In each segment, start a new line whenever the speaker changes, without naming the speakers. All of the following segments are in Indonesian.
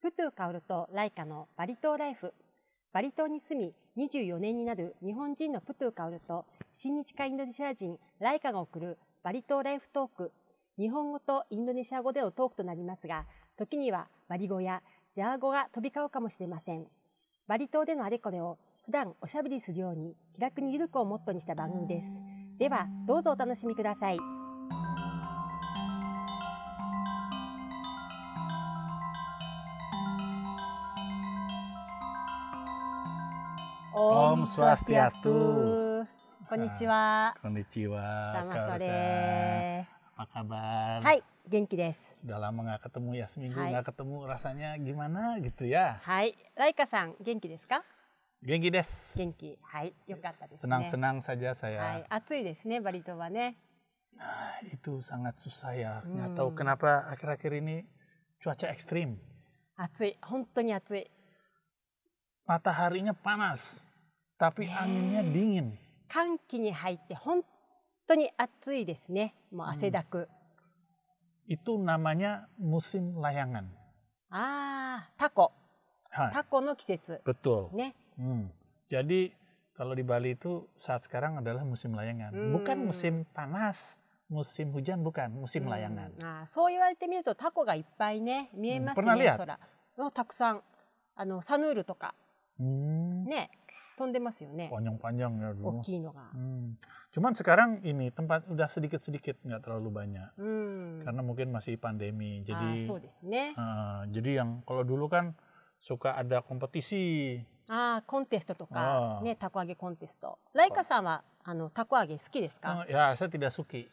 フトゥカオルとライカのバリ島ライフ。バリ島に住み24年になる日本人のプトゥカオルと親日家インドネシア人ライカが送るバリ島ライフトーク。日本語とインドネシア語でのトークとなりますが、時にはバリ語やジャー語が飛び交うかもしれません。バリ島でのあれこれを普段おしゃべりするように気楽にゆるくをモットーにした番組です。では、どうぞお楽しみください。
Om Swastiastu.
こんにちは。
Konnichiwa.
サマ
Kak
ソ
Rosa.
レ
Apa kabar?
はい、元気です。
Sudah lama nggak ketemu ya, seminggu
Hai.
nggak ketemu rasanya gimana gitu ya?
はい、ライカさん、元気ですか
Genki des.
元気。はい、よかったですね。
Senang-senang saja
は
saya.
い、暑いですね、バリ島はね。
Nah, itu sangat susah ya. Nggak
Hmm.
tahu kenapa akhir-akhir ini cuaca ekstrim.
暑い、本当に暑い。
Mataharinya panas, tapi
Eh.
anginnya dingin.
寒気に入って本当に暑いですね。もう汗だく。
Itu namanya musim layangan.
あー、タコ。
Hai.
タコの季節。
Betul.
ね。
Hmm. Jadi kalau di Bali itu saat sekarang adalah musim layangan,
Hmm.
bukan musim panas, musim hujan bukan,
う
musim
ん
layangan.
あーそう言われてみるとタコがいっぱいね、見えます
うんプナリ
ね、
ア
空。のたくさん。あの、サヌールとか、
Hmm.
ね、飛んでますよね。
Panjang-panjang ya
大
dulu.
きいのが。
Hmm. Cuman sekarang ini tempat udah sedikit-sedikit nggak terlalu banyak
うん。
karena mungkin masih
あ
pandemi. Jadi
ーそうですね。
eh, jadi yang kalau dulu kan suka ada kompetisi.
ああ、コンテストとか
あ、ー
ね、たこ揚げコンテスト。ライカさんは、あの、たこ揚げ好きですか、
Eh, ya saya tidak suki,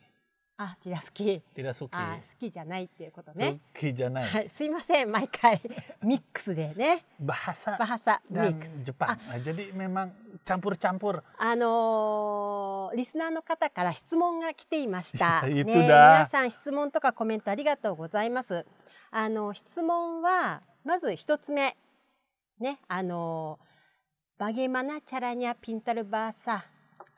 あ、いや、好き。
tidak suki.
あー、好きじゃないっていうことね。
Suki janai.
はい、すいません、毎回。ミックスでね、
Bahasa
バハサ、ミッ
dan
クス。
Jepang. Nah, jadi memang campur-campur
あのーリスナーの方から質問が来ていました。
い や言っ
ね
てた
皆さん質問とかコメントありがとうございます。あの質問はまず一つ目ねあのーバゲマナチャラニャピンタルバーサ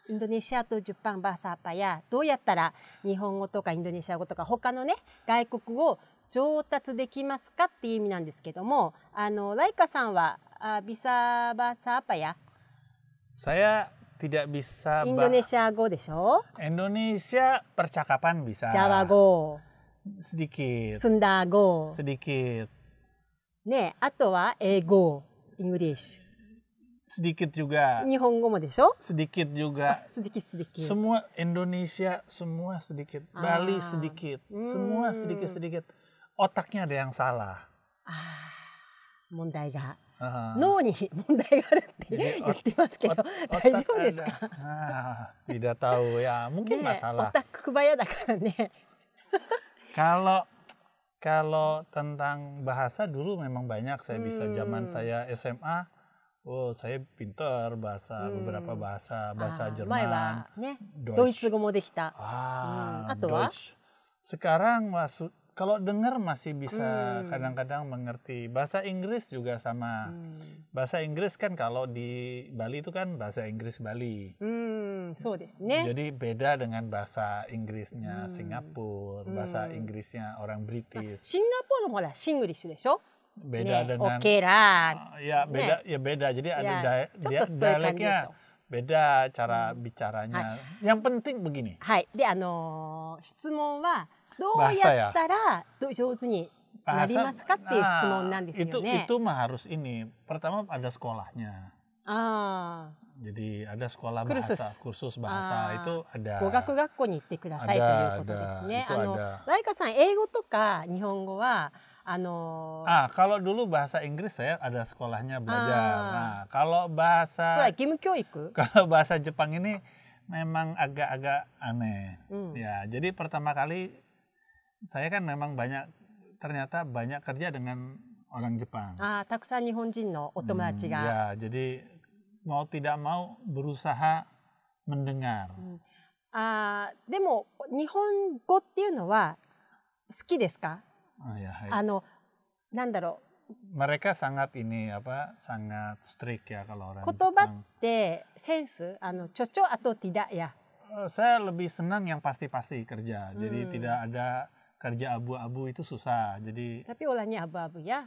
インドネシアとジュパンバーサーパやどうやったら日本語とかインドネシア語とか他のね外国語を上達できますかっていう意味なんですけどもあのライカさんはあビサバーサーパや
Saya tidak bisa
イン
bah-
ドネシア語でしょ
Indonesia percakapan bisa.
ジャワ語、
Sedikit.
スンダー語、
Sedikit.
ね、あとは英語、イングリッシ
Sedikit juga.
ュ。日本語もでしょ
Sedikit juga.
すりきすりき。
Semua Indonesia semua sedikit.
Ah.
Bali sedikit. Semua
Hmm.
sedikit-sedikit. Otaknya ada yang salah.
あー問題が。
Ah.
脳に 問題があるって
ね
言ってますけど、大丈
Otak
夫です
ada.
か
Ah, tidak tahu ya.
ね
Mungkin
オ
masalah.
タクバヤだからね。
Kalau kalau tentang bahasa dulu memang banyak saya bisa zaman
Hmm.
saya SMA. Oh, saya pinter bahasa
Hmm.
beberapa
あ
bahasa,
ー
bahasa
前
Jerman,
はね、ドイ
Deutsch.
ツ語もできた。
Ah,
Hmm. Atau ah?
Deutsch. Sekarang masu- kalau dengar masih bisa
Hmm.
kadang-kadang mengerti. Bahasa Inggris
う
juga sama.
ん
Bahasa Inggris kan kalau di Bali itu kan bahasa Inggris Bali.
うん、そうですね。
Jadi beda dengan bahasa
Ya.
Inggrisnya
Hmm.
Singapura, bahasa
Hmm.
Inggrisnya orang
まあ
British.
シンガポールもほら、シングリッシュでしょ
Beda
ね、オ
dengan
ケラ
Ah, ya beda ya beda. Jadi ada
Ya,
dia-
ー。ちょっ
dia-
とそういう感じでし
dialeknya
ょ。
beda cara
Hmm.
bicaranya. Yang penting begini.
はい。で、あのー質問は、どう
バ
や
サや
ったらど上手に、Narimaska っていう質問なんですよね。
nah, itu itu mah harus ini. Pertama ada sekolahnya.
あ
Jadi ada sekolah
Kursus.
bahasa, kursus bahasa
Ah,
itu
あ、
ada.
語学学校に行ってくださいとい
ada
うこと
ada
ですね。
itu
あの、
ada.
ライカさん、英語とか日本語は、あのー
Ah, kalau dulu bahasa Inggris saya ada sekolahnya
Ah.
belajar. Nah, kalau
それは
bahasa
義務教育
kalau bahasa Jepang ini memang agak-agak aneh.
うん。
Ya, jadi pertama kali saya kan memang banyak ternyata banyak kerja dengan orang Jepang.
ああ、たくさん日本人のお友達
Hmm,
が、
ya, jadi mau tidak mau berusaha mendengar.
ああ、でも、日本語っていうのは好きですか、
Ah, ya, hai.
あの、なんだろ
Mereka sangat ini apa? Sangat strict ya kalau orang
Kotobat.
Jepang.
う。で、センスあの、ちょちょあとティダや。
Eh, Saya lebih senang yang pasti-pasti kerja. Jadi
Hmm.
tidak ada kerja abu-abu itu susah. Jadi
tapi orangnya abu-abu ya.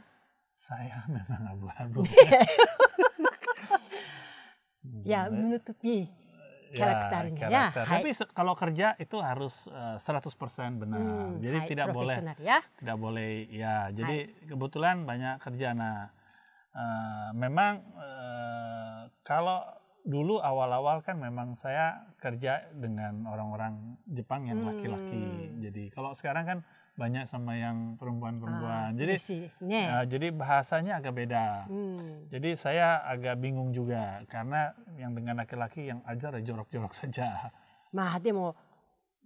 Saya memang abu-abu.
Ya,
Hmm,
menutupi
ya,
karakternya, ya.
karakter.
Hai.
Tapi se- kalau kerja itu harus eh, 100% benar.
Hmm,
Jadi
hai,
tidak boleh
profesional ya.
tidak boleh ya. Jadi kebetulan banyak kerja nah eh, memang eh, kalau dulu awal-awal kan memang saya kerja dengan orang-orang Jepang yang
Hmm.
laki-laki. Jadi kalau sekarang kan banyak sama yang perempuan-perempuan.
Ah, Hmm.
jadi
嬉しいですね
eh, jadi bahasanya agak beda.
うん。
Jadi saya agak bingung juga karena yang dengan laki-laki yang ajar ya jorok-jorok saja.
まあでも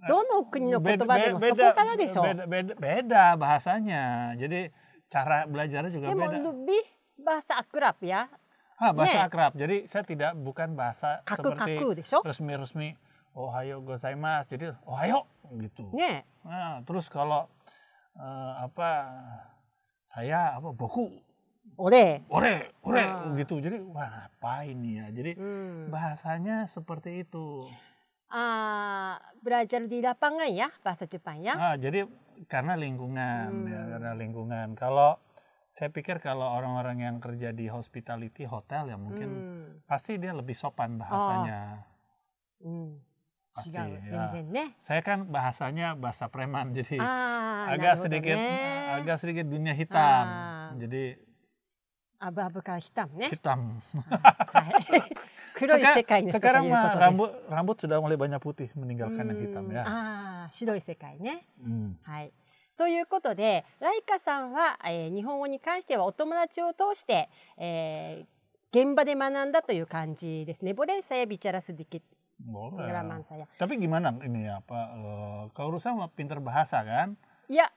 あ
どの国の言
Beda-
葉でもそこからでしょ。
beda, beda, beda bahasanya. Jadi cara belajarnya juga
でも
beda.
lebih bahasa akrab ya,
Ah, bahasa
Nek.
akrab. Jadi saya tidak bukan bahasa
カクカ
seperti
クでしょ。
resmi-resmi. Ohayo gozaimasu. Jadi ohayo gitu.
ね
Nah, terus kalau eh, apa saya apa boku
え、お礼。
ore ore
Ah.
gitu. Jadi wah apa ini ya. Jadi
うん。
bahasanya seperti itu.
Ah, belajar di lapangan ya bahasa Jepang ya.
Ah, jadi karena lingkungan ya,
Hmm.
karena lingkungan. Kalau saya pikir kalau orang-orang yang kerja di hospitality hotel ya
Hmm.
mungkin pasti dia lebih sopan bahasanya.
うん。うん。違う
Pasti,、ya.
全然ね。
Saya kan bahasanya bahasa preman jadi
Ah, ああ、なる
agak
ほど
sedikit
ね。
agak sedikit dunia hitam.
nah, Ah. Eh?
Jadi
アブアブから来た のね。
hitam.
はい。 黒い世界の人という
Sekarang, sekarang
こ
mah
と
rambut
です。
rambut sudah mulai banyak putih
う
meninggalkan yang hitam
ん
ya.
ああ、白い世界ね。
Hmm.
はい。ということで、ライカさんは、えー日本語に関してはお友達を通して、えー現場で学んだという感じですね。ボレンサやビチャラスディケ
Boleh.
グラマンサや。
Tapi gimana ini ya, Pak? Eh, Kau Rusa mah pinter bahasa kan?
いや、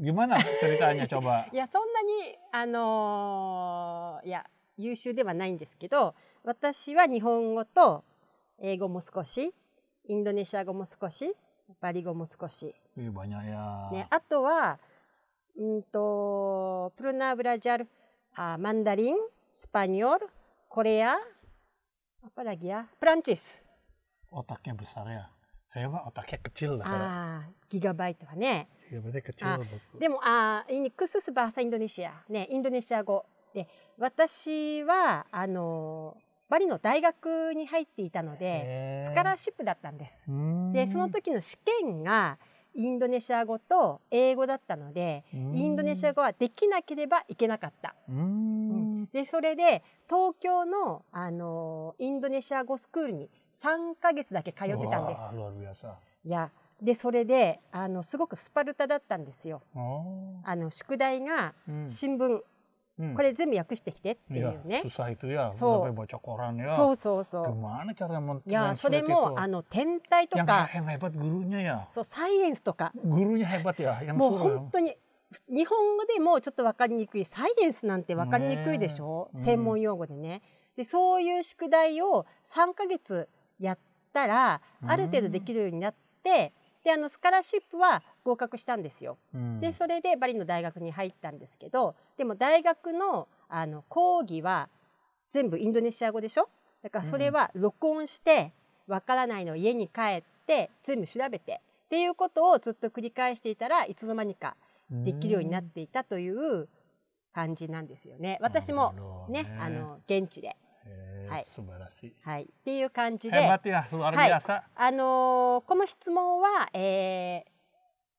Gimana ceritanya coba?
いや、そんなに、あのーいや、優秀ではないんですけど、私は日本語と英語も少し、インドネシア語も少し、バリ語も少し、
Wih, banyak ya.
ね、あとは、うんと、プロナブラジャル、あマンダリン、スパニョル、コレア、アパラギア、プランチス。
Otaknya besar ya. Saya mah otaknya kecil lah. Pak.
ああ、ギガバイトはね。
Ya berarti kecil.
Ah,
Pak.
でも、ああ、イニクススバーサインドネシア、ね、インドネシア語で、私は、あの、バリの大学に入っていたので、
Eh.
スカラーシップだったんです。
Hmm.
で、その時の試験が、インドネシア語と英語だったので、
Hmm.
インドネシア語はできなければいけなかった。
Hmm.
でそれで東京の、あのインドネシア語スクールに3ヶ月だけ通ってたんで
Wah,
す。
luar biasa.
いやでそれであのすごくスパルタだったんですよ。
Oh.
あの宿題が
Hmm.
新聞、
Hmm.
これ全部訳してきてってい
Ya,
うね、
susah itu ya.
So. Ya,
Sampai baca koran ya.
そうそうそう。
Gimana cara men-
いや
translate
それ
itu?
もあの天体と
yang,
か
yang hebat gurunya ya.
そうサイエンスとか
Gurunya hebat ya. Yang
もう
suruh.
本当に日本語でもちょっと分かりにくいサイエンスなんて分かりにくいでしょ、
ねえ
専門用語でね。でそういう宿題を3ヶ月やったら
うん
ある程度できるようになって、であのスカラシップは合格したんですよ。
Hmm.
でそれでバリの大学に入ったんですけどでも大学のあの講義は全部インドネシア語でしょだからそれは録音してわからないのを家に帰って全部調べてっていうことをずっと繰り返していたらいつの間にかできるようになっ
Hmm.
ていたという感じなんですよね。私も
Aduh,
ね、
Nek.
あの現地で、
Eh,
anu. Hai.
Subarasi.
はい、っていう感じで
Hebat、ya, luar
Hai.
biasa.
あのーこの質問は、えー、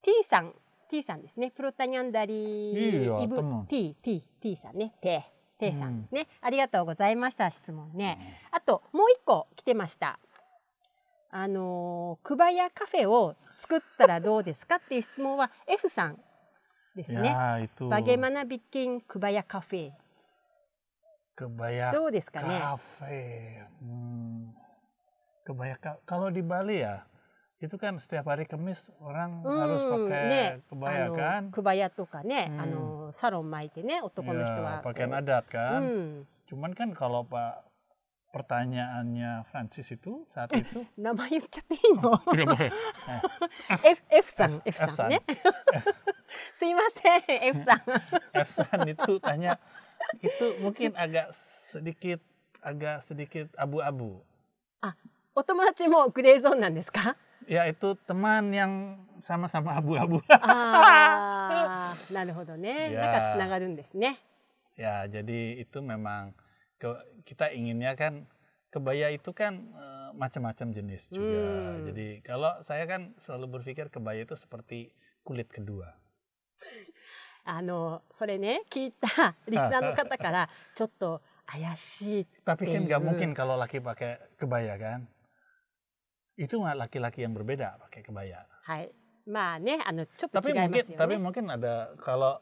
T さん、T さんですね、プロタニャンダリ
いいよ
イブ
頭
T、T、T さんね、T、T さ
うんん
ね、ありがとうございました質問ね。あともう一個来てました。あのー、クバヤカフェを作ったらどうですかっていう質問は F さんですね。
Ya, itu.
バゲマナビッキンクバヤカフェ
Kebaya
どうですかね。
kafe. Hmm. Kebaya ka- kalau di Bali ya, itu kan setiap hari Kamis orang harus
Hmm,
pakai
Nek. あ
kebaya
の
kan?
クバヤとかね、
うん
あのサロン巻いてね男の人
Ya,
は。
pakaian adat
う
kan.
ん、
Cuman kan kalau Pak pertanyaannya Francis itu saat
Eh.
itu
名前言っちゃっていいの
tidak boleh. Eh, F,
F, F さん
F-
F さんね
F
すいません F さ ん
Efsan itu tanya itu mungkin agak sedikit agak sedikit abu-abu.
お友達もグレーゾーンなんです か
Ya itu teman yang sama-sama abu-abu.
ああなるほどね
いやー
なんかつながるんですね
Ya, jadi itu memang ke- kita inginnya kan kebaya itu kan eh, macam-macam jenis juga.
Hmm.
Jadi kalau saya kan selalu berpikir kebaya itu seperti kulit kedua.
あのそれね聞いたリスナーの方 からちょっと怪しい
Tapi kan nggak
Iya.
mungkin kalau laki pakai kebaya kan. Itu mah laki-laki yang berbeda pakai kebaya.
はいまあねあのちょっと
Tapi
違いますよ
mungkin tapi
ね
mungkin ada kalau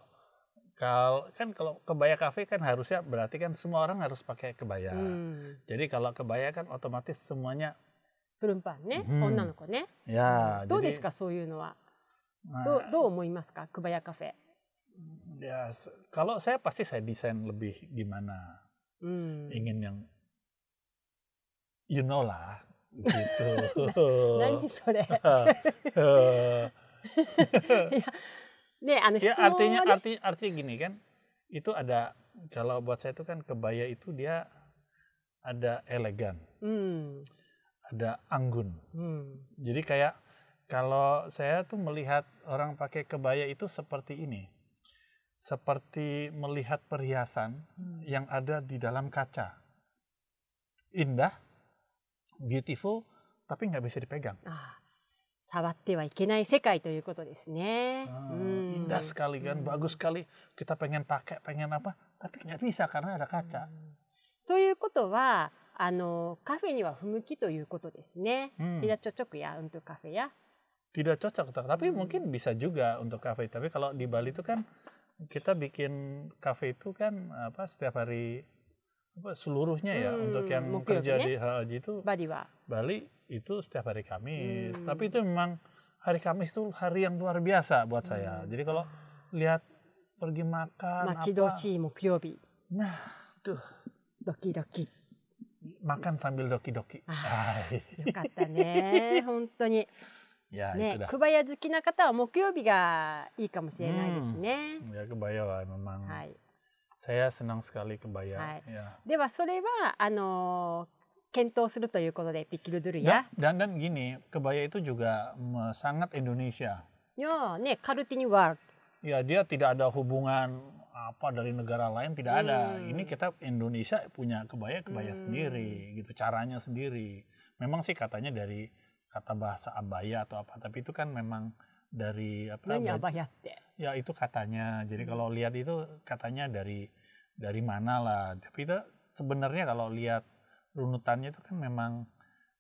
kalau kan kalau kebaya kafe kan harusnya berarti kan semua orang harus pakai kebaya.
Hmm. うん、
Jadi kalau kebaya kan otomatis semuanya
プルンパンね、
うん
女の子ね、
ya.
どう
jadi,
ですかそういうのは
nah,
どうどう思いますか久屋カフェ
ya se- kalau saya pasti saya desain lebih gimana
うん、
ingin yang you know lah gitu.
何それ ねあの質
ya
問は、ね
artinya arti artinya gini kan itu ada kalau buat saya itu kan kebaya itu dia ada elegan
うん、
ada anggun
うん、
jadi kayak kalau saya tuh melihat orang pakai kebaya itu seperti ini seperti melihat perhiasan yang ada di dalam kaca indah beautiful tapi nggak bisa dipegang
ああ触ってはいけない世界ということですね。
Ah,
うん、
indah sekali kan
Hmm.
bagus sekali kita pengen pakai pengen apa tapi nggak bisa karena ada kaca
Hmm. ということはあのカフェには不向きということですね。
Hmm.
リラチョチョクやウントカフェや。
tidak cocok tak-
Hmm.
tapi mungkin bisa juga untuk kafe tapi kalau di Bali itu kan kita bikin kafe itu kan apa setiap hari apa seluruhnya ya
Hmm,
untuk yang
mungkin
kerja
ya.
di HAJ itu
バリは。
Bali itu setiap hari Kamis
Hmm.
tapi itu memang hari Kamis itu hari yang luar biasa buat saya
Hmm.
jadi kalau lihat pergi makan
待
apa
ち遠しい木曜日。
nah
ドキドキ。
makan sambil doki-doki
Ah.
Hai.
よかったね。本当に。
ya itu
ね、
dah
久屋好きな方は木曜日がいいかもしれないですね。
ya kebaya lah memang
はい。
saya senang sekali kebaya
Hai.
ya
ではそれはあの検討するということでピッキルドゥル
Dan,
や、
dan dan gini, kebaya itu juga mm, sangat Indonesia.
いやねカルティニワール
Ya dia tidak ada hubungan apa dari negara lain tidak ada.
Hmm.
Ini kita Indonesia punya kebaya kebaya
Hmm.
sendiri, gitu caranya sendiri. Memang sih katanya dari kata bahasa abaya atau apa, tapi itu kan memang dari apa?
ド何ア
baju-
バヤって
Ya itu katanya. Jadi
Hmm.
kalau lihat itu katanya dari dari mana lah. Tapi itu sebenarnya kalau lihat runutannya itu kan memang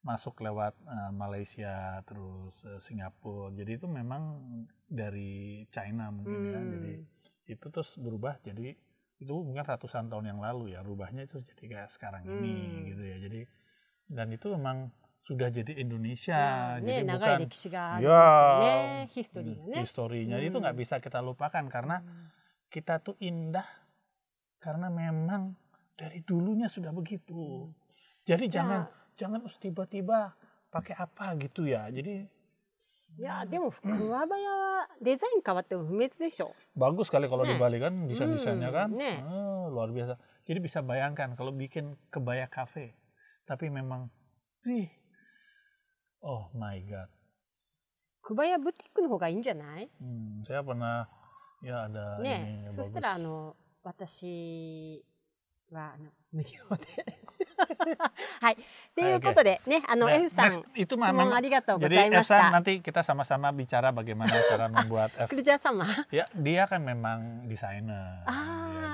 masuk lewat eh, Malaysia terus eh, Singapura. Jadi itu memang dari China
う
mungkin ya. Jadi
ん
itu terus berubah jadi itu mungkin ratusan tahun yang lalu ya rubahnya itu jadi kayak sekarang ini
Hmm.
gitu ya. Jadi dan itu memang sudah jadi
ま
Indonesia.
あ
Jadi
ね長
bukan
い歴史があ
い
りま
や
すよ
ー
ねヒストリーがね
historinya itu
Hmm.
nggak bisa kita lupakan karena kita tuh indah karena memang dari dulunya sudah begitu. Jadi
い
jangan
や
jangan us tiba-tiba pakai apa gitu ya. Jadi
いやでも桑林はデザイン変わっても不滅でしょ
bagus sekali kalau
Nah.
di Bali kan desain-desainnya
Hmm,
kan.
nah.
Eh, luar biasa. Jadi bisa bayangkan kalau bikin kebaya kafe tapi memang wih oh my god.
桑林ブティックの方がいいんじゃない
Hmm, saya pernah ya ada ini
ね
yang
そしたらあ
bagus.
の私はあの無料で はいっていうことでねあの
Nah,
F さん
next, itu
質
memang
問ありがとうご
Jadi
ざいました
Efsan nanti kita sama-sama bicara bagaimana cara membuat F.
クルジャー様
Ya, dia kan memang desainer. Ya,
ああ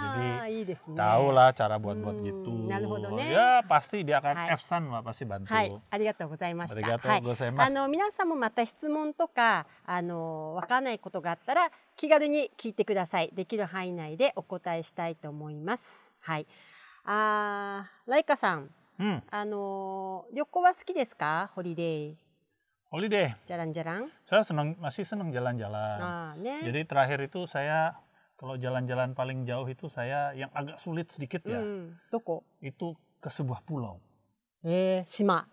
jadi
いいですね
tahu lah cara buat-buat
Ah, iya. Hmm,
gitu.
naruhodo ne.
Ya, pasti dia akan
Hai.
Efsan lah pasti bantu.
はいありがとうございました
Arigatou
はい
gozaimasu.
あの皆さんもまた質問とかあのわからないことがあったら気軽に聞いてくださいできる範囲内でお答えしたいと思いますはいあーライカさん
Hmm,
あの旅行は好きですかホリデー
holiday.
じゃらんじゃらん
Saya senang masih senang jalan-jalan.
ああね
Jadi terakhir itu saya kalau jalan-jalan paling jauh itu saya yang agak sulit sedikit
う
ya,
んどこ
itu ke sebuah pulau,
えー、島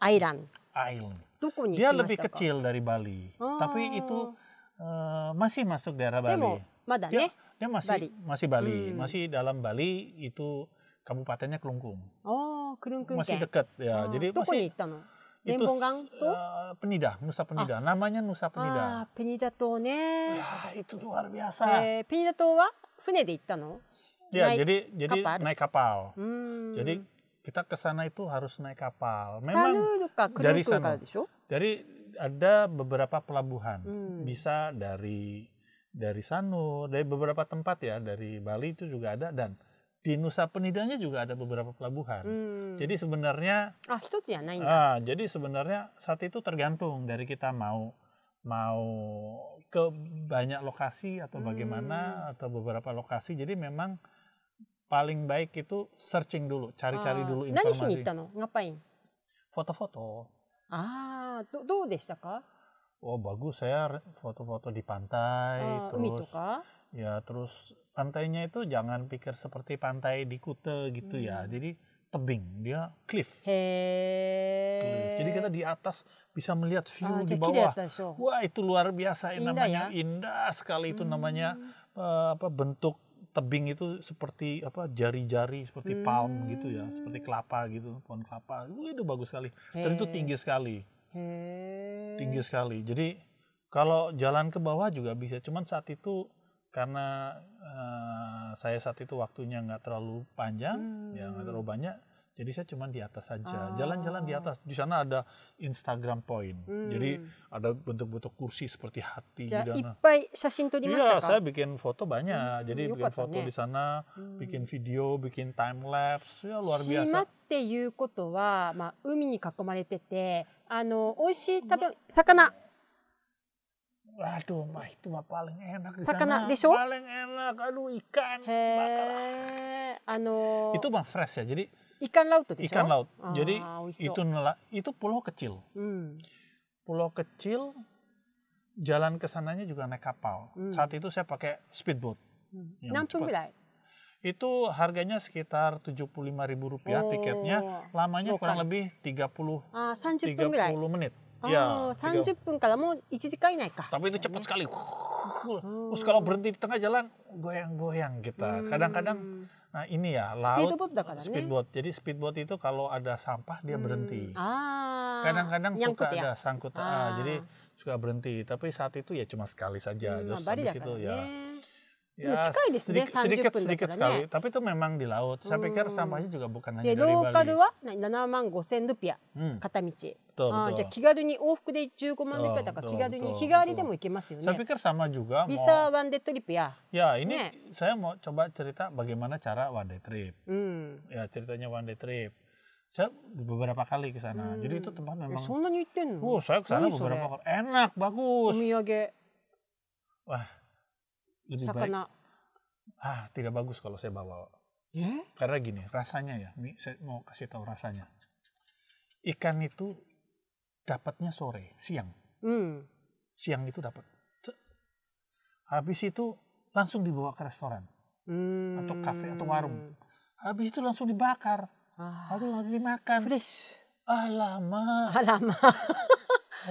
アイラン
island.
ドどこに行
Dia
きまし
lebih
たか
kecil dari Bali,
あー
tapi itu
Oh.
eh, masih masuk daerah
で
Bali.
もまだ
Dia,
ね
dia Ya,
Bali.
masih masih Bali,
Hmm.
masih dalam Bali itu kabupatennya Kelungkung,
おークルンクン
masih
県
dekat
あ
ya.
ー
Jadi
どこに
masih
行ったの
itu
Lembongang tuh? Ah.
eh, Penida, Nusa Penida, namanya Nusa
あ
Penida.
ーペニダ島ね
Ya, itu luar biasa.
えー、ペニダ島は船で行ったの
Iya,
Naik
jadi jadi
kapal?
naik kapal.
うん。
Jadi kita ke sana itu harus naik kapal.
サ
Memang
ヌールかクルークルからでしょ
dari ada beberapa pelabuhan.
うん。
Bisa dari dari Sanur, dari beberapa tempat ya, dari Bali itu juga ada dan di Nusa Penidanya juga ada beberapa
う
pelabuhan.
ん。
Jadi sebenarnya
あ、一つじゃないんだ。
ah, jadi sebenarnya saat itu tergantung dari kita mau mau ke banyak lokasi atau bagaimana atau beberapa lokasi. Jadi memang paling baik itu searching
あ
dulu, cari-cari
ー
dulu
何しに行っ
informasi.
たのガパイン。
Foto-foto.
ああ、どどうでしたか
Oh bagus saya re- foto-foto di pantai
あー海と
terus
か
ya terus pantainya itu jangan pikir seperti pantai di Kute gitu ya.
Hmm.
Jadi tebing, dia cliff.
へ
Cliff.
え。
Jadi kita di atas bisa melihat
あ
view
ー
di
じゃあ綺麗だ
bawah.
ったでしょ
Wah, itu luar biasa
Indah
namanya
ya?
indah sekali itu namanya eh, apa bentuk tebing itu seperti apa jari-jari seperti palm gitu ya, seperti
Hmm.
kelapa gitu, pohon kelapa. Wih, itu bagus sekali.
へ
Dan itu tinggi sekali.
へえ。
tinggi sekali. Jadi kalau jalan ke bawah juga bisa, cuman saat itu karena eh, saya saat itu waktunya nggak terlalu panjang, ya nggak terlalu
Hmm.
banyak, jadi saya cuman di atas
Ah.
saja. Jalan-jalan di atas. Di sana ada Instagram Point,
うん。
jadi ada bentuk-bentuk kursi seperti hati
じゃあ、
di
い
sana.
っぱい写真撮りましたか
Iya, saya bikin foto banyak.
Hmm,
jadi
yuk
bikin
foto
foto
nih.
di sana,
うん
bikin video, bikin time lapse, ya luar
島
biasa.
っていうことは、まあ、海に囲まれてて、あの、美味しい食べ、魚。
Aduh, mah itu mah paling enak di
Sakana
sana.
de sho?
Paling enak, aduh ikan.
へ
bakar.
え。あの、
itu mah fresh ya jadi
イカンラウトでしょ
ikan laut
あー
jadi
美味しそう
itu nela- itu pulau kecil
うん。
pulau kecil jalan ke sananya juga naik kapal
Hmm.
saat itu saya pakai speedboat
うん
いや
何分ぐらい
itu harganya sekitar 75.000 rupiah
Oh.
tiketnya
おー
lamanya
Bukan.
kurang lebih 30
あー30分ぐらい。
30 menit
あー
ya
30分からもう1時間以内か。
tapi itu cepat sekali
Oh.
terus kalau berhenti di tengah jalan goyang-goyang
Hmm.
kita
うん
kadang-kadang nah ini ya
スピード
laut
ボートだからね。
speedboat jadi speedboat itu kalau ada sampah
う
dia
ん
berhenti
ああ。
kadang-kadang
ニャン
suka
コテや
ada sangkut
あ
ah,
ー
jadi suka berhenti tapi saat itu ya cuma sekali saja
うんまあ
terus
バリ
habis
だから
itu ya
ね。
ya
Dekat desu deh,
sedikit sedikit,
30 pun
sedikit
dekat
sekali tapi itu memang di laut saya pikir
Hmm.
sampahnya juga bukan hanya
で、
dari
ローカ
Bali
ルはな7万5千ルピア
Hmm,
片道。
betul
あーじゃあ
betul
気軽に往復で15万ルピアだから
そう
気軽に
そう
日替わりでも行けますよ
saya
ね。
pikir sama juga
ビ
mau
サワンデッドリップや。
ya ini
Nek.
saya mau coba cerita bagaimana cara one day trip
うん。
ya ceritanya one day trip saya beberapa kali ke
Hmm.
sana
ya?
jadi itu tempat
え
memang
そんなに行ってんの
Wow, saya ke sana
Bagus, Nek.
beberapa kali enak
お
bagus
土産、
lebih baik
魚。
ah tidak bagus kalau saya bawa
え
Karena gini, rasanya ya, ini saya mau kasih tahu rasanya. Ikan itu dapatnya sore, siang.
うん。
Siang itu dapat. Cek. Habis itu langsung dibawa ke restoran.
うーん。
あとカフェあとワルム Habis itu langsung dibakar.
あー
Lalu nanti dimakan.
フレッシ
Ah, Alamak,
ュ。あらまあ、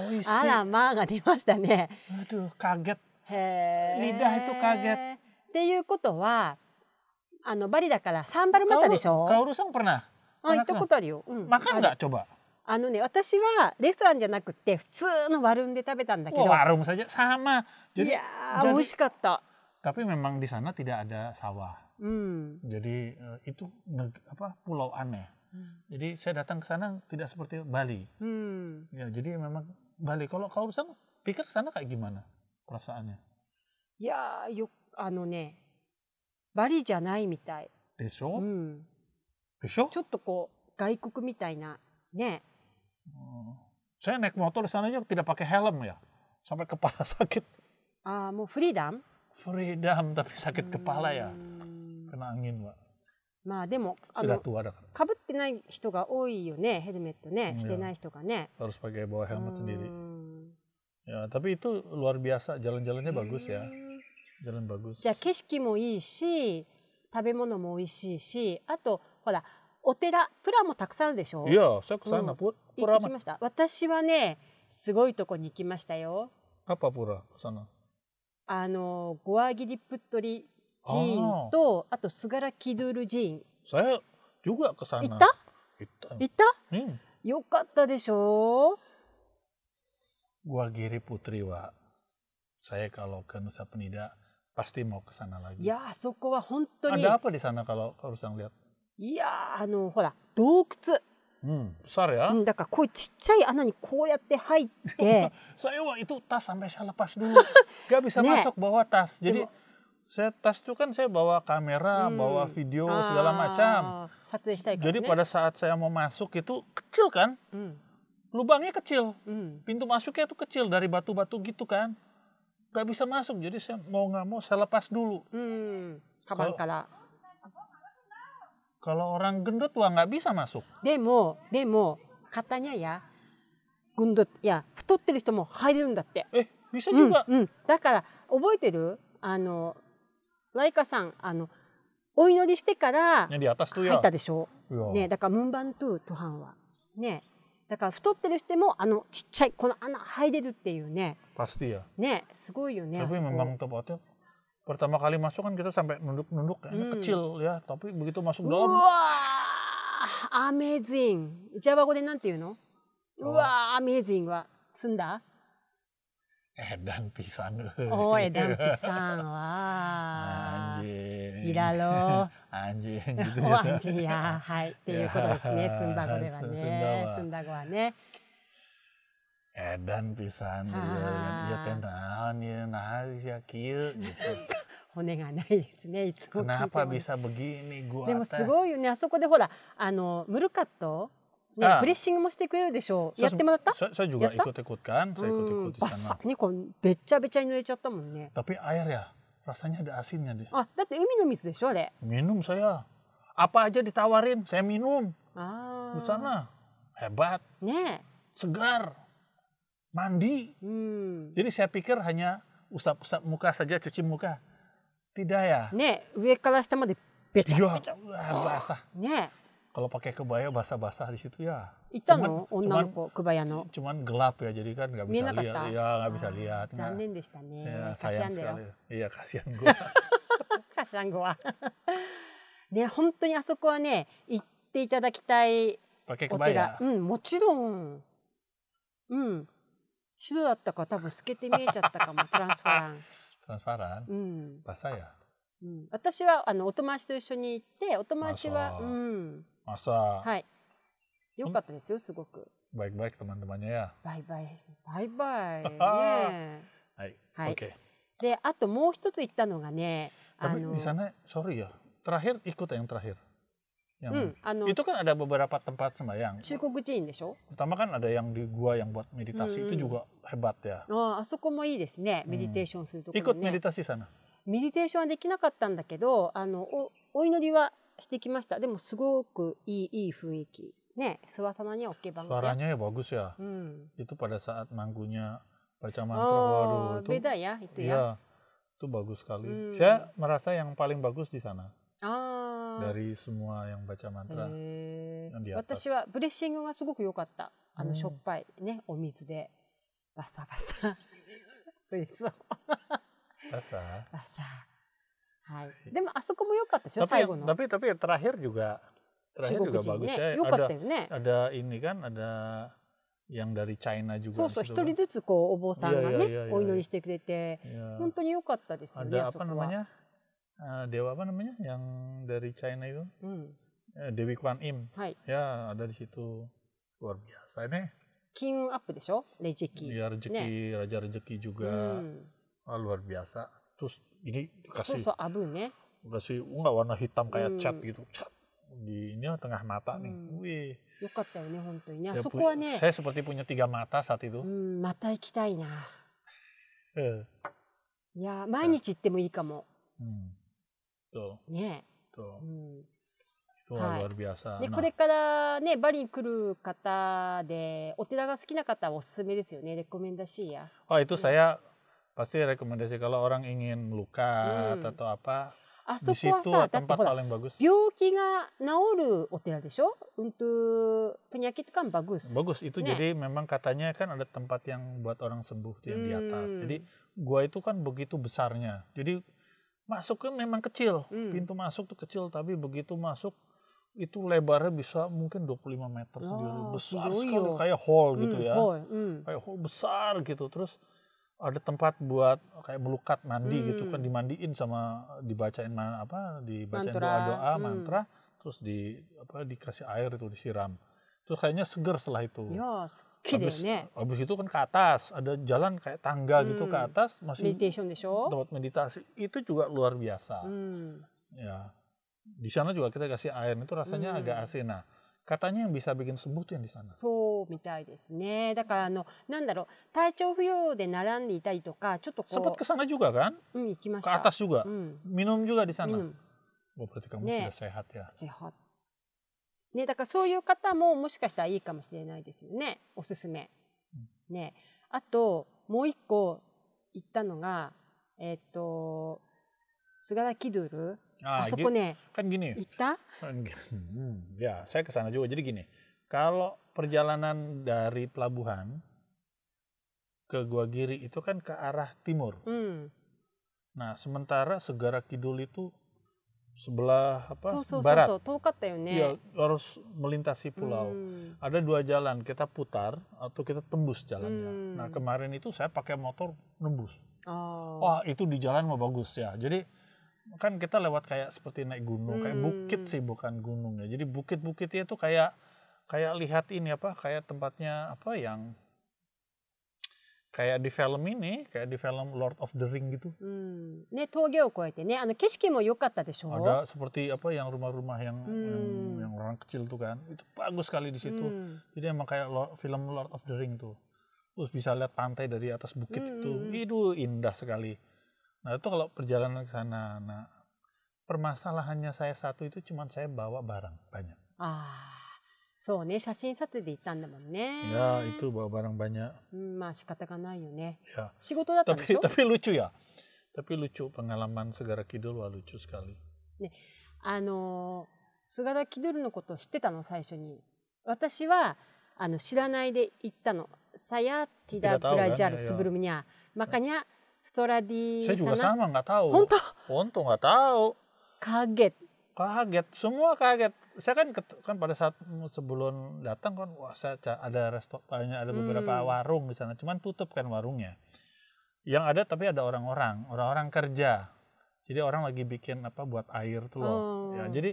oishi.
あらまあが出ましたね。
Oh, Aduh, kaget.
へえ。
リーダーとカーゲッ
っていうことは、あのバリだからサンバルマタ
Kau-
でしょ。
Kau Rusang pernah
あ、行ったことあるよ。うん。
makan
ある
nggak coba?
あのね、私はレストランじゃなくて普通のワルンで食べたんだけ
Wah,
ど。
Oh, warung saja sama.
い
Jadi,
やー、
jadi-
美味しかった。
tapi memang di sana tidak ada sawah.
うん。
Jadi eh, itu neg- apa pulau aneh. Jadi saya datang ke sana tidak seperti Bali.
うん。
Ya, jadi memang Bali. Kalau kau urusan pikir ke sana kayak gimana perasaannya?
いやー、よ、あのね、バリじゃないみたい。う
Besok,
ん。
besok.
ちょっとこう、外国みたいな、ね。
Oh. Saya naik motor di sana aja tidak pakai helm ya, sampai kepala sakit.
ああ、もうフリーダン
Freedom tapi sakit kepala ya,
うーん
kena angin pak.
まあでも、あ
Sudah
の、
tua dah kan.
かぶってない人が多いよね、ヘルメット
う
ね
ん、
してない人がね。
harus pakai bawa
う
helmet sendiri.
ん
Ya, tapi itu luar biasa,
Hmm.
jalan-jalannya bagus ya, jalan bagus.
じゃあ景色もいいし、食べ物も美味しいし、あと、ほら、お寺、プラもたくさんあるでしょ
Iya, saya ke
Hmm.
sana pur,
い
pura
行きました。私はね、すごいとこに行きましたよ。
apa pura ke sana?
あの、ゴアギリプットリ寺院
Oh,
と、あと、スガラキドゥール寺院。
saya juga ke
行っ
sana.
た
Itu.
行った
Hmm.
よかったでしょ
Gua Giri Putri, Wak. Saya kalau ke Nusa Penida pasti mau ke sana lagi.
いやーそこは本当に
Ada apa di sana kalau harus yang lihat?
いやーあのほら洞窟、
Hmm, besar ya.
うん、だからこういうちっちゃい穴にこうやって入って
Saya wah itu tas sampai saya lepas dulu. Gak bisa
Nek.
masuk bawa tas. Jadi
Cuma-
saya tas itu kan saya bawa kamera,
Hmm.
bawa video segala macam.
あー撮影したいから、ね、
Jadi pada saat saya mau masuk itu kecil kan?
うん、
Lubangnya kecil.
うん、
Pintu masuknya itu kecil dari batu-batu gitu kan. Gak bisa masuk. Jadi saya mau nggak mau saya lepas dulu.
うん、カバンから。
Kalau orang gendut wah nggak bisa masuk.
でも、でも、katanya や、軍隊いや、太ってる人も入れるんだって。
Eh, bisa
うん、
juga.
うん、だから、覚えてる、あの、ライカさん、あの、お祈りしてから。
Yang di atas tuh
入
ya.
ったでしょ
Iya.
ね、だから、ムンバントゥトハンは。ね、だから、太ってる人も、あの、ちっちゃい、この穴入れるっていうね。
Pasti ya.
ね、すごいよね。あ
tapi
そこ
memang tempatnya pertama kali masuk kan kita sampai nunduk-nunduk kayaknya
Hmm.
kecil ya tapi begitu
う
masuk dalam
わー、アメージング。ジャワ語でなんて言うの。うわー、アメージングは、済んだ。
eh dan pisan
おい、ダンピさんは。
anjing
ギラロ ー。
anjing gitu
お
biasa
アンジーや、はい、っていうことです
い
ね。
や
スンダ語では
スンダ
ね
は。
スンダ語はね。
eh dan pisan
Ah.
ya ya tenang ya nah ya kieu gitu
骨がないですね。いつも聞いて
kenapa
も。
bisa begini
で
gua
もす
teh
ごいよね。あそこでほら、あの、ムルカット。ね
ああ、
ブレッシングもしてくれるでしょう。
そう
や
そう
ってもらった。
saya, saya juga
Ya, tak?
ikut-ikut kan
う
saya
ん
ikut-ikut di
バッ
sana
サッね、こう、べっちゃべちゃに濡れちゃったもんね。
tapi air ya rasanya ada asinnya deh
あ、だって海の水でしょ、あれ。
minum saya apa aja ditawarin saya minum
ああ。
di sana hebat
ね
segar, mandi.
え。うん。
Jadi saya pikir hanya usap-usap muka saja, cuci muka. Tidak ya?
ねえ、上から下まで。べちゃ
Iya,
べちゃ。
wah, basah.
ねえ。
Kalau pakai kebaya basah-basah di situ ya.
いたの
ちょま
女の子、熊谷の。
Cuman gelap ya, jadi kan nggak
Anu.
bisa
Minat Ah,
lihat.
tak?
Iya, nggak bisa lihat.
あー残
nggak.
念でしたね。カ
Ya,
シャ
sayang
ンだよ
sekali.。Iya, kasihan gua.
カシャン語は。 ね、本当にあそこはね、行っていただきたい
Pakai
お寺
kebaya.。
うん、もちろん。うん。白だったから多分透けて見えちゃったか も、トランスファラン。
Transparan.
Hmm. うん。
Basah ya?
うん、私はあのお友達と一緒に行って、お友達
あ
は、
そう
うん、
Masa
はい。良かったですよ、すごく。
baik-baik teman-temannya ya?
バイバイ、バイバ イ。ねえ
Hai.
Hai.
Oke.
で、あともう一つ行ったのがね、あ
Tapi
の
di、sana, sorry ya, terakhir ikut yang terakhir.
う
Yang
ん、あの、
itu kan ada beberapa tempat sembahyang.
中国寺院でしょ
Pertama kan ada yang di gua yang buat meditasi
Hmm,
itu
hmm.
juga hebat ya.
あああそこもいいですね。
うん
メディテーションするところ、
Ikut
ね
meditasi sana.
メディテーションはできなかったんだけど、あのおお祈りはしてきました。でもすごくいいいい雰囲気。ね、諏訪様にはおけば
Suaranya ya bagus ya.
うん。
Itu pada saat manggunya baca mantra waduh
ああ、
itu.
ベダや、itu ya
Iya.
や。
Itu bagus
Hmm.
sekali. Saya merasa yang paling bagus di sana
ああ。
dari semua yang baca mantra.
Hmm. へ
なんで
え。
やった
私はブレッシングがすごく良かった。あ
う
の
ん
しょっぱいね、お水で。バサバサ。美味しそう。
Rasa.
バサ。はい。でもあそこも良かったでしょ、
Tapi
最
yang,
後の。
tapi tapi yang terakhir juga
中
terakhir
国
juga
人
bagus ya.
ね、良か
Ada
ったよね。
ada ini kan ada yang dari China
そ
juga.
うそう
di
一
situ
人
kan.
ずつこうお坊さんが
いやいやいやい
ね
や
お祈りしてくれて
Iya.
本当に良かったですよね
ada
あそ
apa
こは
namanya Eh, dewa apa namanya yang dari China itu
うん
Eh, Dewi Kwan Im
はい
ya ada di situ luar biasa nih
金運アップでしょレジェキ
ya rezeki
Nah.
raja rezeki
う
juga
ん
Ah, luar biasa terus ini
そう
dikasih
そうアブね
dikasih enggak warna hitam kayak
Hmm.
cat gitu Cat. di ini ya, tengah mata nih
Hmm.
wih
良かったよね本当にねあ
saya,
そ
pu-
こはね
saya seperti punya tiga mata saat
う
itu
んまた行きたいな Hmm.
Eh,
いや毎日行ってもいいかも
hmm. tuh
ね
tuh
うん
itu luar-
Hai.
luar biasa
で
Nah,
これからねバリに来る方でお寺が好きな方はおすすめですよねレコメンダシーや
oh itu saya pasti rekomendasi kalau orang ingin luka
Hmm.
atau apa
あそ
di
こは
situ
さだって
tempat
ほら
paling bagus
病気が治るお寺でしょうんと、ペニャキットカンバグス。
bagus itu
Nek.
jadi memang katanya kan ada tempat yang buat orang sembuh tuh yang di atas
Hmm.
jadi gua itu kan begitu besarnya jadi masuknya memang kecil
Hmm.
pintu masuk tuh kecil tapi begitu masuk itu lebarnya bisa mungkin 25 meter
Wah, oh. Hmm,
sendiri besar
gede
sekali
yo.
kayak hall
うん
gitu ya
はいうん
kayak hall besar gitu terus ada tempat buat kayak melukat mandi
Hmm.
gitu kan dimandiin sama dibacain ma- apa dibacain
Mantra.
doa-doa
Hmm.
mantra terus di apa dikasih air itu disiram terus kayaknya seger setelah itu
よし綺麗
Habis-
ね
habis itu kan ke atas ada jalan kayak tangga gitu
Hmm.
ke atas
メディテ
masih
ーションでしょ、
tempat meditasi itu juga luar biasa
Hmm. うん、
ya di sana juga kita kasih air itu rasanya
Hmm.
agak asin nah katanya yang bisa bikin sembuh tuh yang di sana
そうみたいですねだからあのなんだろう体調不良で並んでいたりとかちょっとこ
sempat ke sana juga kan
う、うん、行きまし
ke
た、
atas juga
うん、
minum juga di
ミ
sana
ヌム
Oh, berarti kamu
Nih.
sudah sehat ya
セハねだからそういう方ももしかしたらいいかもしれないですよねおすすめねあともう一個言ったのがえっと菅田キドゥル
nah,
あそこ
gi-
ね
kan gini
行った
Hmm, ya saya ke sana juga jadi gini kalau perjalanan dari pelabuhan ke Gua Giri itu kan ke arah timur
うん、
nah sementara Segara Kidul itu sebelah apa
そうそうそうそ
barat
う遠かったよね
Iya, harus
う
melintasi pulau
ん
ada dua jalan kita putar atau kita tembus
Hmm.
jalannya nah kemarin itu saya pakai motor nembus
ああ
wah itu di jalan mau bagus ya jadi kan kita lewat kayak seperti naik gunung kayak
Hmm.
bukit sih bukan gunung ya jadi bukit-bukitnya itu kayak kayak lihat ini apa kayak tempatnya apa yang kayak di film ini kayak di film Lord of the Ring gitu
うんね峠を越えてねあの景色も良かったでしょ
ada seperti apa yang rumah-rumah yang, yang
Oh. Hmm.
yang orang kecil tuh kan itu bagus sekali di
う
situ
ん
jadi emang kayak Lord- film Lord of the Ring tuh terus bisa lihat pantai dari atas bukit
Hmm,
itu
hmm, hmm.
itu indah sekali nah itu kalau perjalanan ke sana nah permasalahannya saya satu itu cuman saya bawa barang banyak
ああそうね写真撮影で行ったんだもんね
ya itu bawa barang banyak
うん、まあ仕方がないよね
ya
仕事だったんで
tapi
しょ
tapi lucu ya tapi lucu pengalaman segara kidul wah lucu sekali
あのー菅田キドゥルのことを知ってたの最初に私はあの知らないで行ったのサヤティダブラジャルスブルムニャマカニャストラディ
saya
サ
juga
ナ
sama nggak tahu
本当
untung nggak tahu
カゲッ
kaget semua kaget saya kan ket- kan pada saat sebelum datang kan wah saya ca- ada resto banyak ada beberapa
Hmm.
warung di sana cuman tutup kan warungnya yang ada tapi ada orang-orang orang-orang kerja jadi orang lagi bikin apa buat air tuh loh ya
Oh.
jadi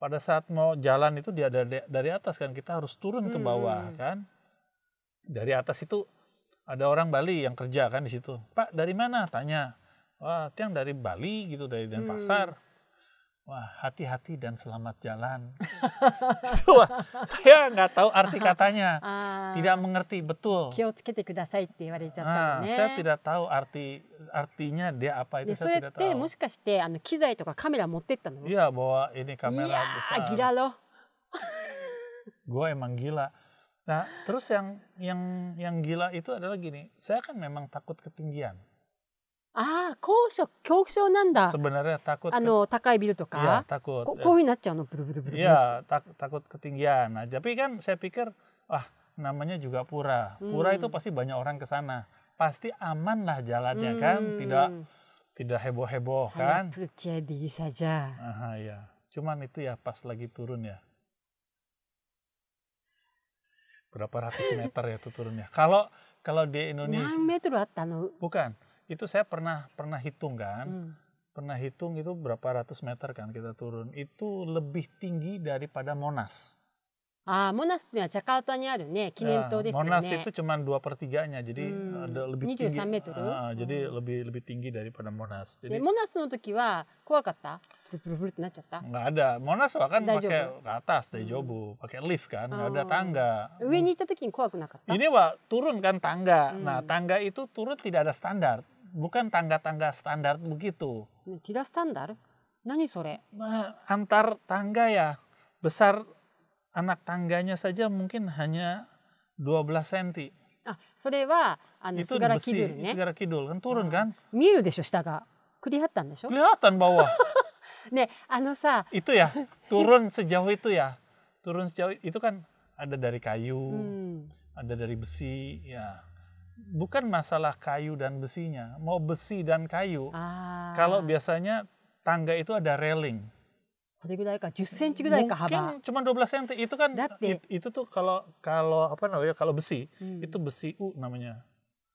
pada saat mau jalan itu dia dari, dari atas kan kita harus turun ke bawah
Hmm.
kan dari atas itu ada orang Bali yang kerja kan di situ Pak dari mana tanya wah tiang dari Bali gitu dari Denpasar wah hati-hati dan selamat jalan wah saya nggak tahu arti katanya
あー
tidak mengerti betul
気をつけてくださいって言われちゃったの
nah,
ね。
saya tidak tahu arti artinya dia apa itu
でそ
saya
れ
tidak
っても
tahu
しかしてあの機材とかカメラ持ってったの
Iya bawa ini
いや
kamera
ー
besar
ギラロ。
gue emang gila. Nah, terus yang yang yang gila itu adalah gini, saya kan memang takut ketinggian.
ああ高所恐怖症なんだ。
Sebenarnya takut.
あの高いビルと
ke- Iya,
か、
takut.
ここういうふうになっちゃうのブルブルブルブル。
Iya, tak- takut ketinggian. Nah, tapi kan saya pikir, ah namanya juga pura. Pura
Hmm.
itu pasti banyak orang ke sana. Pasti aman lah jalannya
Hmm.
kan, tidak
うん
tidak heboh-heboh kan.
Hanya terjadi saja.
Aha, iya. Cuman itu ya pas lagi turun ya. Berapa ratus meter ya itu turunnya. Kalau kalau di Indonesia
何メートルあったの？
Bukan. Itu saya pernah pernah hitung
う
kan.
ん
Pernah hitung itu berapa ratus meter kan kita turun. Itu lebih tinggi daripada Monas.
ああモナスっていうのはジャカルタにあるね記念
Ya,
塔ですよ
Monas
ね
itu。cuma 2 per 3-nya. Jadi
Hmm,
ada lebih tinggi.
23 meter.
Ah, ah, jadi
Hmm.
lebih lebih tinggi daripada Monas.
で
Jadi
モナスの時は怖かった？ブルブルブルってなっちゃった？
nggak ada. Monas wah kan
Daejeobu.
pakai ke atas dari
Hmm.
Jobu. Pakai lift kan. Nggak ada
Oh.
tangga. Hmm.
上に行った時に怖くなかった？
Ini wah turun kan tangga.
Hmm.
Nah tangga itu turun tidak ada standar. Bukan tangga-tangga standar begitu.
ねティラスタンダル？何それ？
Nah, antar tangga ya besar anak tangganya saja mungkin hanya 12 cm.
あそれはあの
Itu
菅原キドゥル
besi
ね。
Hmm, segara kidul kan turun
Ah.
kan?
見えるでしょ下がクリアったんでしょ
Kelihatan bawah.
ねあのさ
itu ya, turun sejauh itu ya. Turun sejauh itu kan ada dari kayu,
うん、
ada dari besi ya. Bukan masalah kayu dan besinya, mau besi dan kayu.
あー
Kalau biasanya tangga itu ada railing.
これぐらいか10センチぐらいか幅、
Mungkin cuma 12 cm itu kan
Dati.
it- itu tuh kalau kalau apa namanya kalau besi
うん
itu besi U namanya.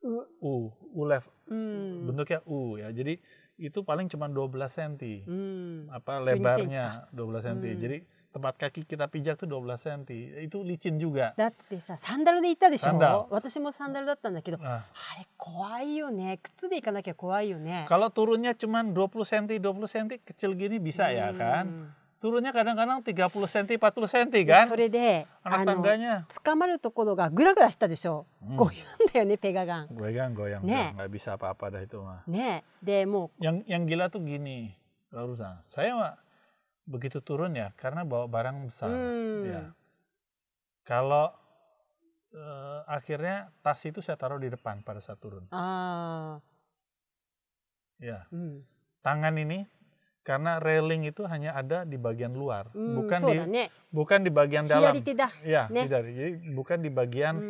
U, ulef
Hmm.
bentuknya U ya. Jadi itu paling cuma 12 cm
Hmm.
apa
12
lebarnya 12 cm.
Hmm.
Jadi tempat kaki kita pijak tuh 12 cm. Itu licin juga.
だってさサンダルで行ったでし
サンダル
ょ私もサンダルだったんだけど
Nah,
あれ怖いよね靴で行かなきゃ怖いよね
kalau turunnya cuma 20 cm, 20 cm kecil gini bisa ya
うん
kan. Turunnya kadang-kadang 30 cm, 40 cm
で
kan.
それであ
Anak
の
tangganya.
捕まるところがグラグラしたでしょ、
Hmm.
こういうんだよねペガガン
Goyang, goyang,
Nek.
udah nggak bisa apa-apa dah itu mah.
ねでも
Yang yang gila tuh gini, Larusa. Saya mah begitu turun ya, karena bawa
う
barang besar.
うん、
Ya. Kalau eh, akhirnya tas itu saya taruh di depan pada saat turun.
ああ
Ya,
うん、
tangan ini karena railing itu hanya ada di bagian luar,
うん
bukan
そ
di
うだね
bukan di
左
bagian dalam.
手だ
Ya,
Nek.
tidak. Jadi bukan di
う
bagian
ん、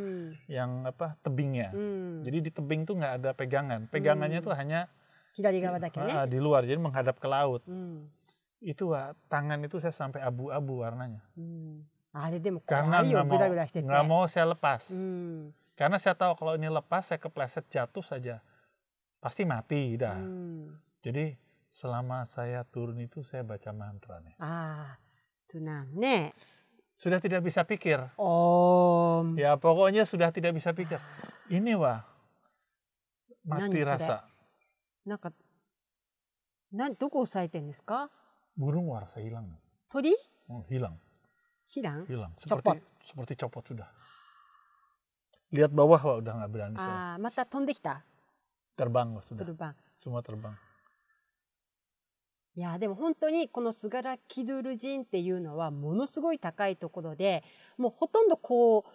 yang apa tebingnya.
うん、
Jadi di tebing tuh nggak ada pegangan. Pegangannya
Hmm.
tuh hanya
左側だけね、
ah, di luar, jadi menghadap ke laut.
うん
itu Wak, tangan itu saya sampai abu-abu warnanya
うん、あれでも怖
karena
い
nggak
よ
mau
グラグラしてて
nggak mau saya lepas
うん、
karena saya tahu kalau ini lepas saya kepleset jatuh saja pasti mati
う
dah
ん、
jadi selama saya turun itu saya baca mantra nih
ああとなんね
sudah tidak bisa pikir
おーん
ya pokoknya sudah tidak bisa pikir ini wah mati
Nani sudah?
rasa
なんかなんどこ押さえてんですか
burung warsa hilang
鳥
Oh, hilang
ヒラン
hilang
Copot.
seperti seperti copot sudah lihat bawah wah udah nggak berani saya
ああまた飛んできた
terbang Wak,
ト
sudah
ルバン
semua terbang
いやでも本当にこのスガラキドゥルジンっていうのはものすごい高いところでもうほとんどこ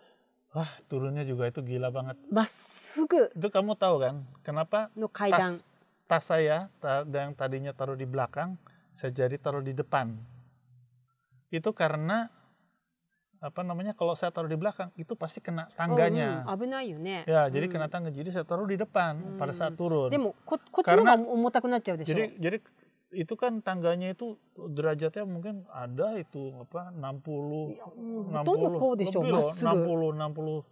Wah, turunnya juga itu gila banget.
うまっすぐ
Itu kamu tahu kan, kenapa
の階
tas,
段
tas saya ta- yang tadinya taruh di belakang, saya jadi taruh di depan. Itu karena, apa namanya, kalau saya taruh di belakang, itu pasti
う
kena tangganya.
んうん危ないよね
Ya,
うん
jadi kena tangga. Jadi saya taruh di depan pada saat turun.
でもここっちの方が
か
重たくなっちゃうでしょ
Jadi, jadi itu kan tangganya itu derajatnya mungkin ada itu apa
い
60
やもうほとんどこう
60
でしょ
lebih
ま
loh,
っすぐ
60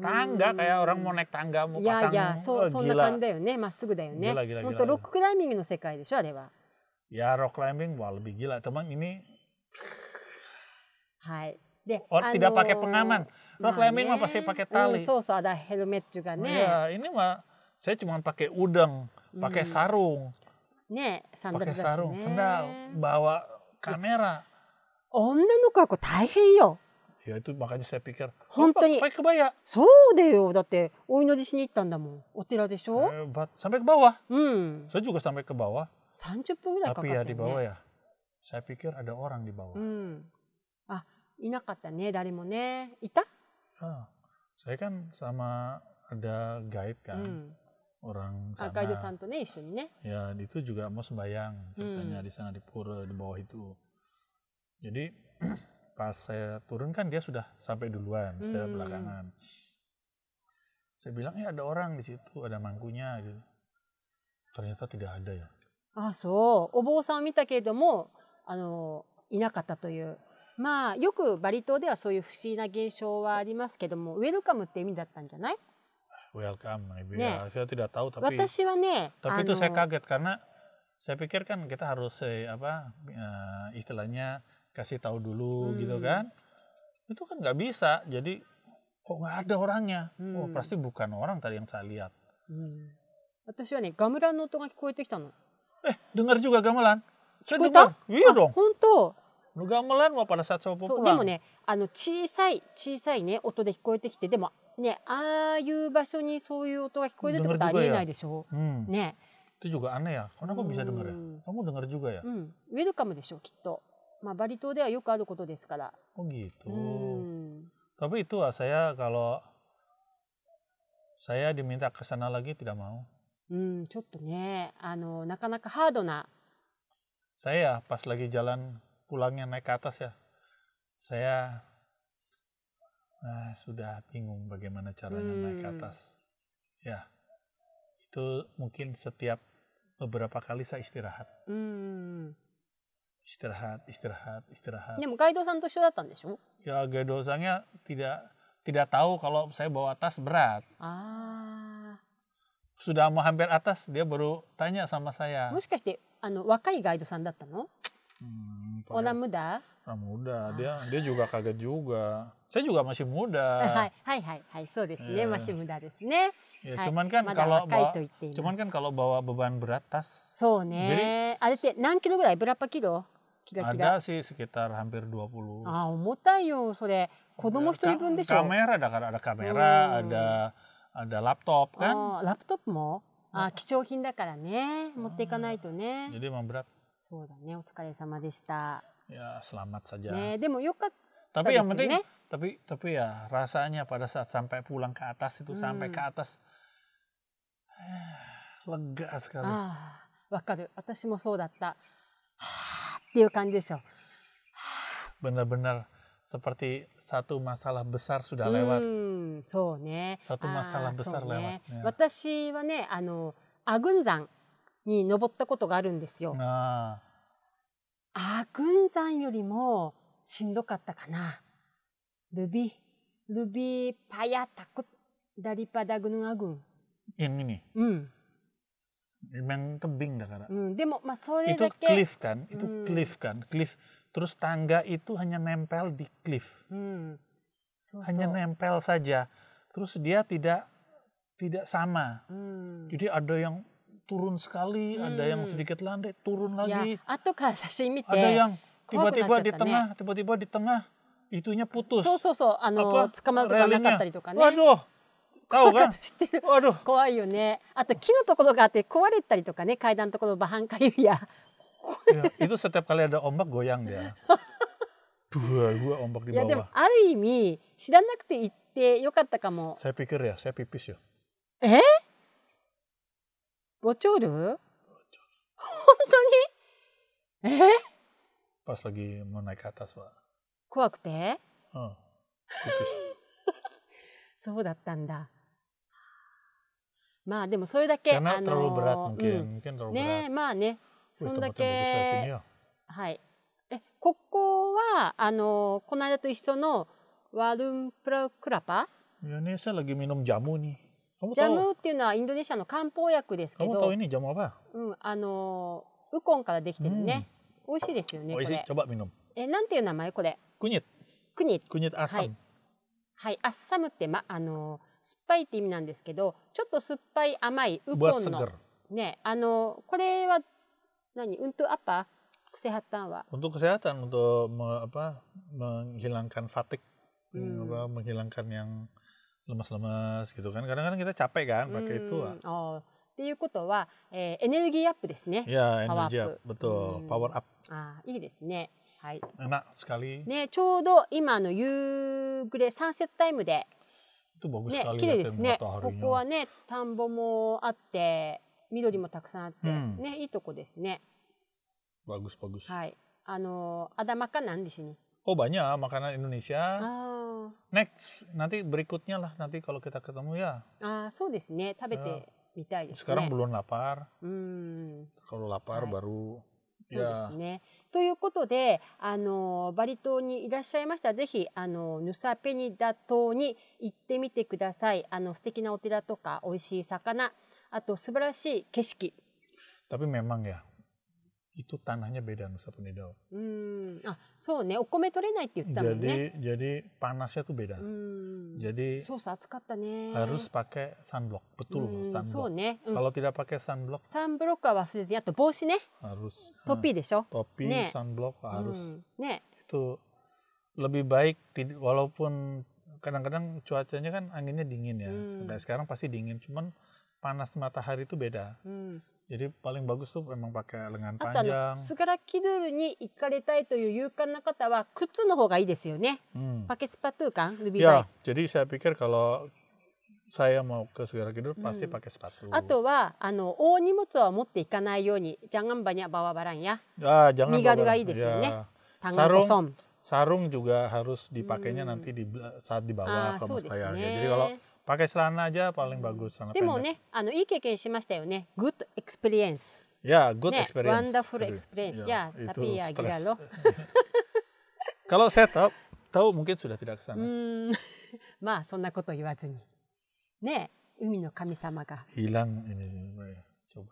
60 60 tangga kayak orang mau naik tangga mau
い
pasang
やいやそ
wah,
うそんな
gila
感じだよねまっすぐだよね
ギラギラギラ
本当ロッククライミングの世界でしょあれは
ya rock climbing wah lebih gila cuman ini
はいで
orang Oh, tidak pakai pengaman
まあ
rock climbing mah pasti pakai tali
うんそうそうada helmet juga ね
ya ini mah saya cuma pakai udang
う
pakai
ん
sarung
ねサンダルだし
pakai sarung
ね
sendal bawa kamera
女の子はこれ大変よ
ya itu makanya saya pikir oh,
本当に
pakai kebaya
そうだよだってお祈りしに行ったんだもんお寺でしょ
hebat sampai ke bawah
うん、
saya juga sampai ke bawah
30分ぐらいかかった
tapi
よ、
ya
ね
di bawah ya saya pikir ada orang di bawah
うん、あいなかったね誰もねいた、
Ah, saya kan sama ada guide
う
kan
ん、
orang
あ
sana
ガイドさんとね一緒にね
ya itu juga mau sembayang ceritanya
Hmm.
di sana di pura di bawah itu jadi pas saya turun kan dia sudah sampai duluan saya
Hmm.
belakangan saya bilang ya ada orang di situ ada mangkunya gitu ternyata tidak ada ya
あそうお坊さんを見たけれどもあのいなかったというまあよくバリ島ではそういう不思議な現象はありますけどもウェルカムって意味だったんじゃない
welcome maybe
Nek.
ya. saya tidak tahu tapi
私はねあ
tapi itu
の
saya kaget karena saya pikir kan kita harus eh, apa eh, istilahnya kasih tahu dulu
Hmm.
gitu kan itu kan nggak bisa jadi kok nggak ada orangnya oh
Hmm.
pasti bukan orang tadi yang saya lihat
うん私はねガムランの音が聞こえてきたの。
dengar juga gamelan saya
Kikuta?
dengar iya
あ
dong
本当
lu gamelan mau pada saat saya mau
そうでも
pulang
ねあの小さい小さいね音で聞こえてきてでもねああいう場所にそういう音が聞こえるってことはありえないでしょ。
Hmm,
ね。
itu juga aneh ya karena kok bisa dengar ya
うん
kamu dengar juga ya
うん、ウェルカムでしょうきっと、まあ、バリ島ではよくあることですから、
oh gitu
うん、
tapi itu ah, saya kalau saya diminta ke sana lagi tidak mau
うん、ちょっとねあのなかなかハードな、
saya ya pas lagi jalan pulangnya naik ke atas ya saya ah, sudah bingung bagaimana caranya naik ke
Hmm.
atas ya itu mungkin setiap beberapa kali saya istirahat
うん、
istirahat istirahat istirahat
でもガイドさんと一緒だったんでしょ
ya gedosanya tidak tidak tahu kalau saya bawa tas berat
あ
sudah mau hampir atas dia baru tanya sama saya.
もしかしてあの若いガイドさんだったの
Hmm,
オ
padahal
ラムダ
orang
Ah.
muda, dia dia juga kaget juga. Saya juga masih
は
muda.
い はいはいはいそうですね、
えー
マシムダですね
Ya,
Hai,
cuman kan
まだ
kalau
若い
bawa,
と言ってい
cuman
ま
kan
す
kalau bawa beban berat tas
そうねあれって何キロぐらいブラパキロキラキラ
ada sih sekitar hampir 20.
あ重たいよそれ子供一人分でし
Ka-
ょ
Kamera ada ada kamera,
Hmm.
ada ada laptop kan.
あーラップトップも
う
あ
ん
貴重品だからね持っていかないとね
Jadi memang berat.
そうだねお疲れ様でした、
Ya, selamat saja.
ね、でもよかった
tapi
で
yang
すよ
penting
ね
tapi tapi ya rasanya pada saat sampai pulang ke atas itu
Hmm.
sampai ke atas eh, lega sekali.
ああわかる私もそうだったはあっていう感じでしょ
Benar-benar seperti satu masalah besar
Hmm.
sudah lewat.
うんそうね
Satu
あー
masalah besar
そうね
lewat. Ya.
私はねあのアグン山に登ったことがあるんですよ
Nah,
アグン山よりもしんどかったかなルビルビパヤタクダリパダグヌアグン
yang ini
うん、
yang tebing dah Kak.
うん、でもまあそれだ
Itu
け
cliff kan, itu
Hmm.
cliff kan, cliff. Terus tangga itu hanya nempel di cliff,
うん、そうそう
hanya nempel saja. Terus dia tidak tidak sama.
うん、
Jadi ada yang turun sekali, ada yang
Hmm.
sedikit landai, turun
いや
lagi.
後から写真見
Ada
て
yang
怖くなっちゃっ
tiba-tiba di
たね
tengah, tiba-tiba di tengah itunya putus.
そうそうそうあの
あ
捕まるとかなかったりとかね
Waduh. Tahu
怖か
kan?
った知って る
Waduh.
怖いよねあと木のところがあって壊れたりとかね階段のところバハンカユや
Ya, itu setiap kali ada ombak goyang dia. Dua, dua ombak
い
di
やでも
bawah.
ある意味知らなくて行ってよかったかも
Saya pikir ya, saya pipis ya.
ボチョール本当にえ
Pas lagi mau naik ke atas, Pak.
怖くて
Hmm, pipis.
そうだったんだまあでもそれだけ
Karena
あの
terlalu berat
う
mungkin,
ん
mungkin terlalu
ね
berat.
えまあね
Wih,
そん
tempatnya
だ
bagus ya sini
け
ya.
はい。え、ここは、あの、この間と一緒のワルンプラクラパ
Ya ini saya lagi minum jamu nih. Kamu
ジャ
tahu?
ムっていうのはインドネシアの漢方薬ですけ
Kamu tahu
ど、
ini jamu apa?
うん、あの、ウコンからできてるね。美味しいですよね、こ
Oh, isi,
れ。
coba minum.
え、なんていう名前これ。
Kunyit,
クニ。
kunyit asam.
はい。アッサムって、ま、あの、酸っぱいって意味なんですけど、ちょっと酸っぱい甘いウ
Buat
コンの
seger.
ね、あの、これは、何うんとアッパクセハッタンは。
Untuk kesehatan, untuk me- apa, menghilangkan fatik,
Hmm.
apa, menghilangkan yang lemas-lemas gitu kan. Kadang-kadang kita capek kan pakai itu.
うんあーっていうことは、えーエネルギーアップですね。
Ya,
Power
energi
up.
up,
Hmm.
betul. Power up,
あーいいですね。はい。
enak sekali.
ね、ちょうど今の夕暮れサンセットタイムで
Itu bagus
ね
sekali
綺麗
liatin
ですね。こ
mataharinya.
こはね田んぼもあって緑もたくさんあって、
うん
ねいいとこですね。
Bagus, bagus.
はい。あのーアダマカなんでしに。
Oh banyak
あ
makanan Indonesia.
ー
Next, nanti berikutnya lah nanti kalau kita ketemu ya.
あーそうですね食べてみたいですね。
Sekarang belum lapar.
うん。
Kalau lapar
Hai.
baru
そうですね。ということで、あのバリ島にいらっしゃいましたら、ぜひあのヌサペニダ島に行ってみてください。あの素敵なお寺とか美味しい魚、あと素晴らしい景色。
Tapi memang ya, itu tanahnya beda Nusa Penida.
うん、あ、そうね。お米取れないって言ってたもん
Jadi
ね。
jadi panasnya tuh beda.
Hmm. うん。
Jadi
そうそう暑かったね。
harus pakai sunblock,
う
betul
ん、そう
sunblock.
ね。うん
Kalau tidak pakai sunblock
サンブロックは忘れずに、あと帽子ね、
harus
トピーでしょ。
eh, topi,
Nek. Hmm.
sunblock
う
harus.
ん、ね、
Itu lebih baik tid- walaupun kadang-kadang cuacanya kan anginnya dingin ya.
Hmm.
Sampai sekarang pasti dingin, cuman panas matahari itu beda.
うん。
Jadi paling bagus tuh memang pakai lengan
あとあ
panjang.
のスガラキドゥールに行かれたいという勇敢な方は靴の方がいいですよね。
Hmm.
パケスパトゥー感ルビバイ
Ya, jadi saya pikir kalau saya mau ke Segara Kidul pasti
Hmm.
pakai sepatu.
あとはあの大荷物は持っていかないようにジャンガンバニャバワバランや
Ah, jangan
Nigaru
bawa-
gai desu ne. タンガンコ
Sarung
ソン
Sarung juga harus
Hmm.
dipakainya
Ah,
nanti di saat dibawa
あ
ke
ーそうです
Muskaya. Ya, Jadi kalau
ね
pakai celana aja paling
Hmm.
bagus celana
でも
pendek.
ねあのいい経験しましたよね Good experience
Ya, good
Ne,
experience.
wonderful
Jadi,
experience. Ya,
itu
tapi ya
stres.
gila loh.
kalau saya
Hmm.
tahu, tahu mungkin sudah
う
tidak ke sana.
ーんまあそんなこと言わずにねえ海の神様が。
hilang ini Mbak ya. coba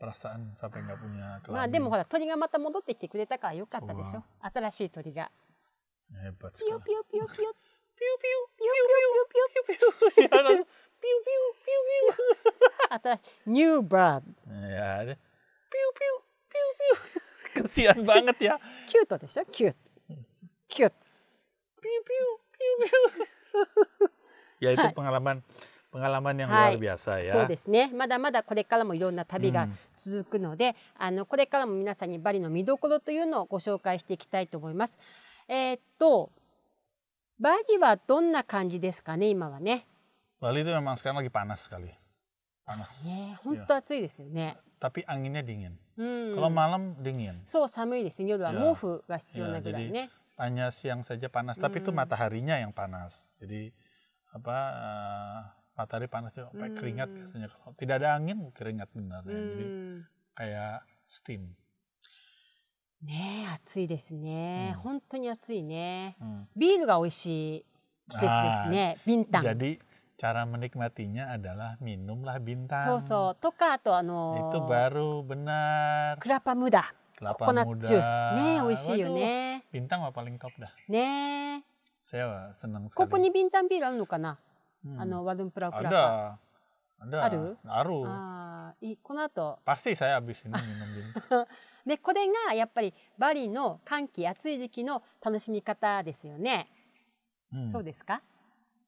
perasaan sampai nggak punya
まあでも
kelamin
ほら鳥がまた戻ってきてくれたからよかったでし
う
ょ
わ。
新しい鳥が。
hebat
ピヨ
sekali
ピヨピヨピヨ。
piu piu
ピヨピヨピヨピヨピヨピヨ
ya, lalu piu piu
新しい。ニューバード。
ya ada. piu piu piu piu kesian banget ya
キュートでしょキュート。キュート。
piu piu piu piu ya itu
Hai.
pengalaman pengalaman yang
Hai.
luar biasa ya
そうですね。まだまだこれからもいろんな旅が
Hmm.
続くので、あのこれからも皆さんにバリの見どころというのをご紹介していきたいと思います。えーっと、バリはどんな感じですかね、今はね。
Bali itu memang sekarang lagi panas sekali panas
ね、本当暑いですよね。
tapi anginnya dingin
うん。
kalau malam dingin
そう寒いですね。夜はい
や
毛布が必要なぐらいね。
hanya siang saja panas, tapi itu
Hmm.
mataharinya yang panas. Jadi apa eh, matahari panas juga sampai
Hmm.
keringat biasanya kalau tidak ada angin keringat benar
う
ya. Jadi
ん。
kayak steam.
ねえ暑いですね
う。
本
ん
当に暑いね。
Hmm.
ビールが美味しい季節ですね。ビンタン。
Jadi cara menikmatinya adalah minumlah bintang.
そうそう。とかあとあ
Itu
の
baru benar
クラパムダ、コ
kelapa
コナッツ
muda.
ジュースね美味しいよ
Waduh,
ね。
Bintang mah paling top dah.
ねえ。
Saya senang sekali.
ここにビンタンビールあるのかな、
Hmm.
あのワルンプラクラ
ada.
パ。
Ada.
Aduh. Ah.
Aru.
あーいいこの後
Pasti saya habis ini minum bintang.
でこれがやっぱりバリの寒気暑い時期の楽しみ方ですよね、
Hmm.
そうですか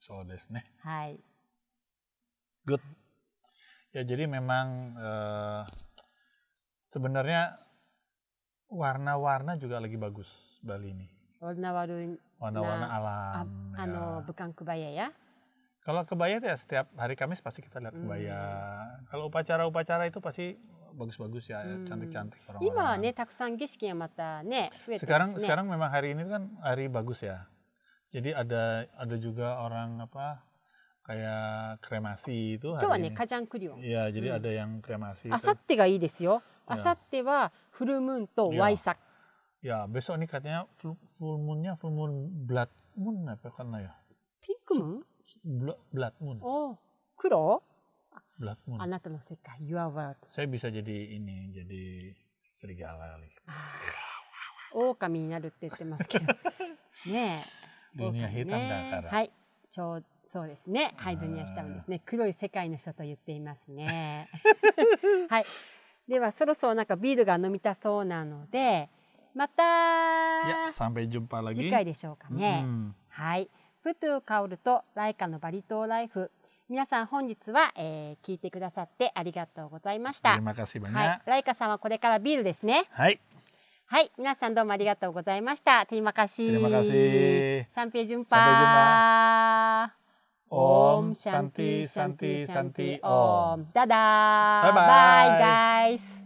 So desu ne.
はい
Ya jadi memang eh, sebenarnya warna-warna juga lagi bagus Bali ini.
オルナワルン
Warna-warna
Nah,
alam.
あ
ya.
の武漢クバヤや
Kalau kebaya tuh ya setiap hari Kamis pasti kita lihat
Hmm.
kebaya. Kalau upacara-upacara itu pasti bagus-bagus ya,
Hmm.
cantik-cantik orang.
今はねたくさん儀式がまたね増えてま
sekarang
すね
sekarang memang hari ini kan hari bagus ya. Jadi ada ada juga orang apa kayak kremasi itu
今日は
hari
ね
ini.
カジャンクリオン
Iya, jadi
Hmm.
ada yang kremasi.
あ
itu.
さってがいいですよ
や
あさってはフルムーンとワイサ
Ya, besok nih katanya full, full moon-nya full moon blood moon apa karena ya?
ピンクムーン
Blood, blood moon,
おう黒
blood moon.
あなたの世界 Your World
Saya bisa jadi ini, jadi serigala kali.
狼になるって言ってます けどねえ
Dunia
狼
hitam dah
ね
Tara.
はいちょうそうですねはい
あー
ドニアヒタムですね黒い世界の人と言っています ねはいではそろそろなんかビールが飲みたそうなのでまた
Ya, sampai jumpa
次
lagi. Hmm,
回でしょうかね、
Mm-mm.
はい。プトゥーカオルとライカのバリ島ライフ。皆さん本日は、えー聞いてくださってありがとうございました。
Terima kasih
はい
banyak.。
ライカさんはこれからビールですね。
Hai,
はい。皆さんどうもありがとうございました。テリマカシー。
terima kasih.
サンペイジュン
サンペイジュン
パー。
Om Shanti Shanti Shanti Om.
ダダー。
バイバイ
Bye, guys.